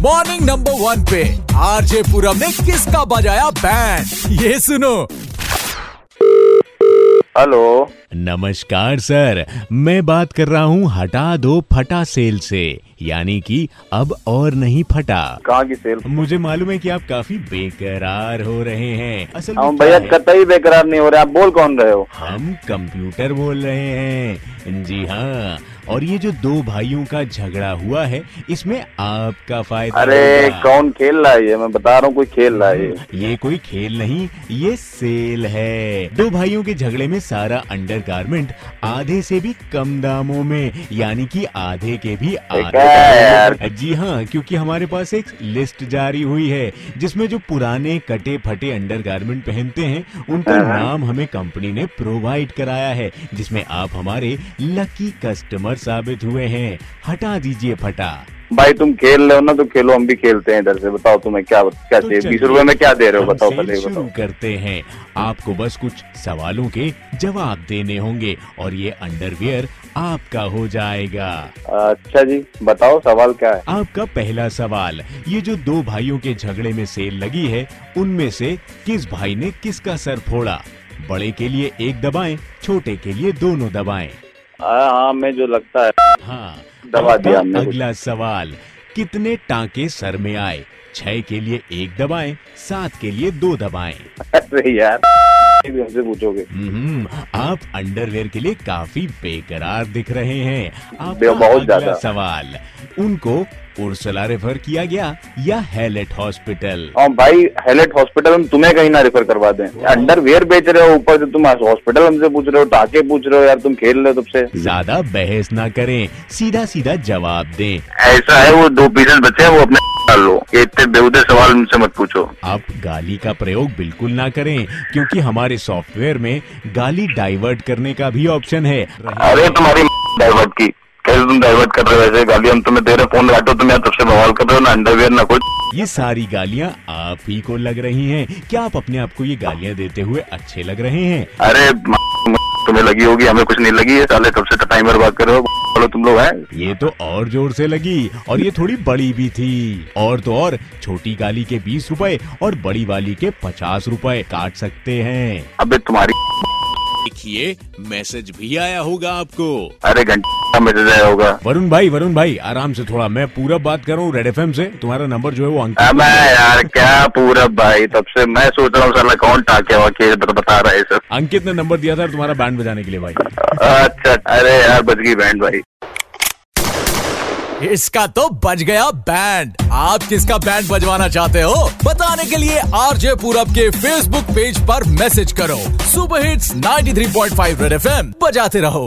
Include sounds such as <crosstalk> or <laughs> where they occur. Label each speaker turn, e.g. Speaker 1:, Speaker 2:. Speaker 1: Number one पे RJ Puram ने किसका बजाया बैंड ये सुनो
Speaker 2: हेलो
Speaker 3: नमस्कार सर मैं बात कर रहा हूँ हटा दो फटा सेल से यानी कि अब और नहीं फटा
Speaker 2: कहाँ की सेल
Speaker 3: मुझे मालूम है कि आप काफी बेकरार हो रहे हैं असल में
Speaker 2: हम
Speaker 3: क्या
Speaker 2: हाँ, भैया
Speaker 3: है,
Speaker 2: कतई बेकरार नहीं हो रहे आप बोल कौन रहे हो
Speaker 3: हम कंप्यूटर बोल रहे हैं जी हाँ और ये जो दो भाइयों का झगड़ा हुआ है इसमें आपका फायदा
Speaker 2: अरे
Speaker 3: होगा।
Speaker 2: कौन खेल रहा है ये मैं बता रहा हूँ कोई खेल रहा है ये
Speaker 3: ये कोई खेल नहीं ये सेल है दो भाइयों के झगड़े में सारा अंडरगारमेंट आधे से भी कम दामों में यानी कि आधे के भी
Speaker 2: देखा है यार।
Speaker 3: दामों में। जी हाँ क्योंकि हमारे पास एक लिस्ट जारी हुई है जिसमें जो पुराने कटे फटे अंडरगारमेंट पहनते हैं उनका
Speaker 2: हाँ।
Speaker 3: नाम हमें कंपनी ने प्रोवाइड कराया है जिसमें आप हमारे लकी कस्टमर साबित हुए हैं हटा दीजिए फटा
Speaker 2: भाई तुम खेल रहे हो ना तो खेलो हम भी खेलते हैं इधर से बताओ तुम्हें क्या क्या
Speaker 3: तो
Speaker 2: चाहिए
Speaker 3: चलिए, हाँ,
Speaker 2: बीस रुपए में क्या दे रहे हो
Speaker 3: हम
Speaker 2: बताओ
Speaker 3: सेल
Speaker 2: पहले ये
Speaker 3: शुरू
Speaker 2: बताओ
Speaker 3: करते हैं आपको बस कुछ सवालों के जवाब देने होंगे और ये अंडरवियर आपका हो जाएगा
Speaker 2: अच्छा जी बताओ सवाल क्या है
Speaker 3: आपका पहला सवाल ये जो दो भाइयों के झगड़े में सेल लगी है उनमें से किस भाई ने किसका सर फोड़ा बड़े के लिए एक दबाएं छोटे के लिए दोनों दबाएं
Speaker 2: हाँ हाँ मैं जो लगता है <laughs>
Speaker 3: हाँ
Speaker 2: दबा
Speaker 3: आपका
Speaker 2: दिया हमने कुछ।
Speaker 3: अगला सवाल कितने टांके सर में आए छह के लिए एक दबाएं सात के लिए दो दबाएं
Speaker 2: अरे यार ये भी हमसे पूछोगे
Speaker 3: हम्म, आप अंडरवेयर के लिए काफी बेकरार दिख रहे हैं आपका
Speaker 2: बे- बहुत
Speaker 3: अगला
Speaker 2: ज्यादा।
Speaker 3: सवाल उनको उर्सला रेफर किया गया या हेलेट हॉस्पिटल
Speaker 2: और भाई हेलेट हॉस्पिटल हम तुम्हें कहीं ना रेफर करवा दें अंडरवेयर बेच रहे हो ऊपर से तुम हॉस्पिटल हमसे पूछ रहे हो टाके पूछ रहे हो यार तुम खेल रहे हो तुमसे
Speaker 3: ज्यादा बहस ना करें सीधा सीधा जवाब दें
Speaker 2: ऐसा है वो दो पीसेस बचे हैं वो अपने डाल लो ये इतने बेहुदे सवाल उनसे मत पूछो
Speaker 3: आप गाली का प्रयोग बिल्कुल ना करें क्योंकि हमारे सॉफ्टवेयर में गाली डाइवर्ट करने का भी ऑप्शन है
Speaker 2: अरे तुम्हारी डाइवर्ट की कैसे तुम डाइवर्ट कर रहे हो वैसे गाली हम तुम्हें दे रहे फोन तो काटो तुम यहाँ सबसे बवाल कर रहे हो ना अंडरवेयर ना कुछ
Speaker 3: ये सारी गालियाँ आप ही को लग रही हैं क्या आप अपने आप को ये गालियाँ देते हुए अच्छे लग रहे हैं
Speaker 2: अरे तुम्हें लगी होगी हमें कुछ नहीं लगी है साले सबसे टाइम बर्बाद कर रहे हो बोलो तुम लोग हैं
Speaker 3: ये तो और जोर से लगी और ये थोड़ी बड़ी भी थी और तो और छोटी गाली के बीस रुपए और बड़ी वाली के पचास रुपए काट सकते हैं
Speaker 2: अबे तुम्हारी
Speaker 3: देखिए मैसेज भी आया होगा आपको
Speaker 2: अरे घंटा मैसेज आया होगा
Speaker 3: वरुण भाई वरुण भाई आराम से थोड़ा मैं पूरा बात कर रहा हूँ रेड एफ से तुम्हारा नंबर जो है वो अंकित
Speaker 2: अबे यार क्या पूरा भाई तब से मैं सोच रहा हूँ साला कौन टाके वाके बता रहा है ये सब
Speaker 3: अंकित ने नंबर दिया था तुम्हारा बैंड बजाने के लिए भाई
Speaker 2: अच्छा अरे यार बच गई बैंड भाई
Speaker 1: इसका तो बज गया बैंड आप किसका बैंड बजवाना चाहते हो बताने के लिए आरजे पूरब के फेसबुक पेज पर मैसेज करो सुपर हिट्स 93.5 रेड एफएम बजाते रहो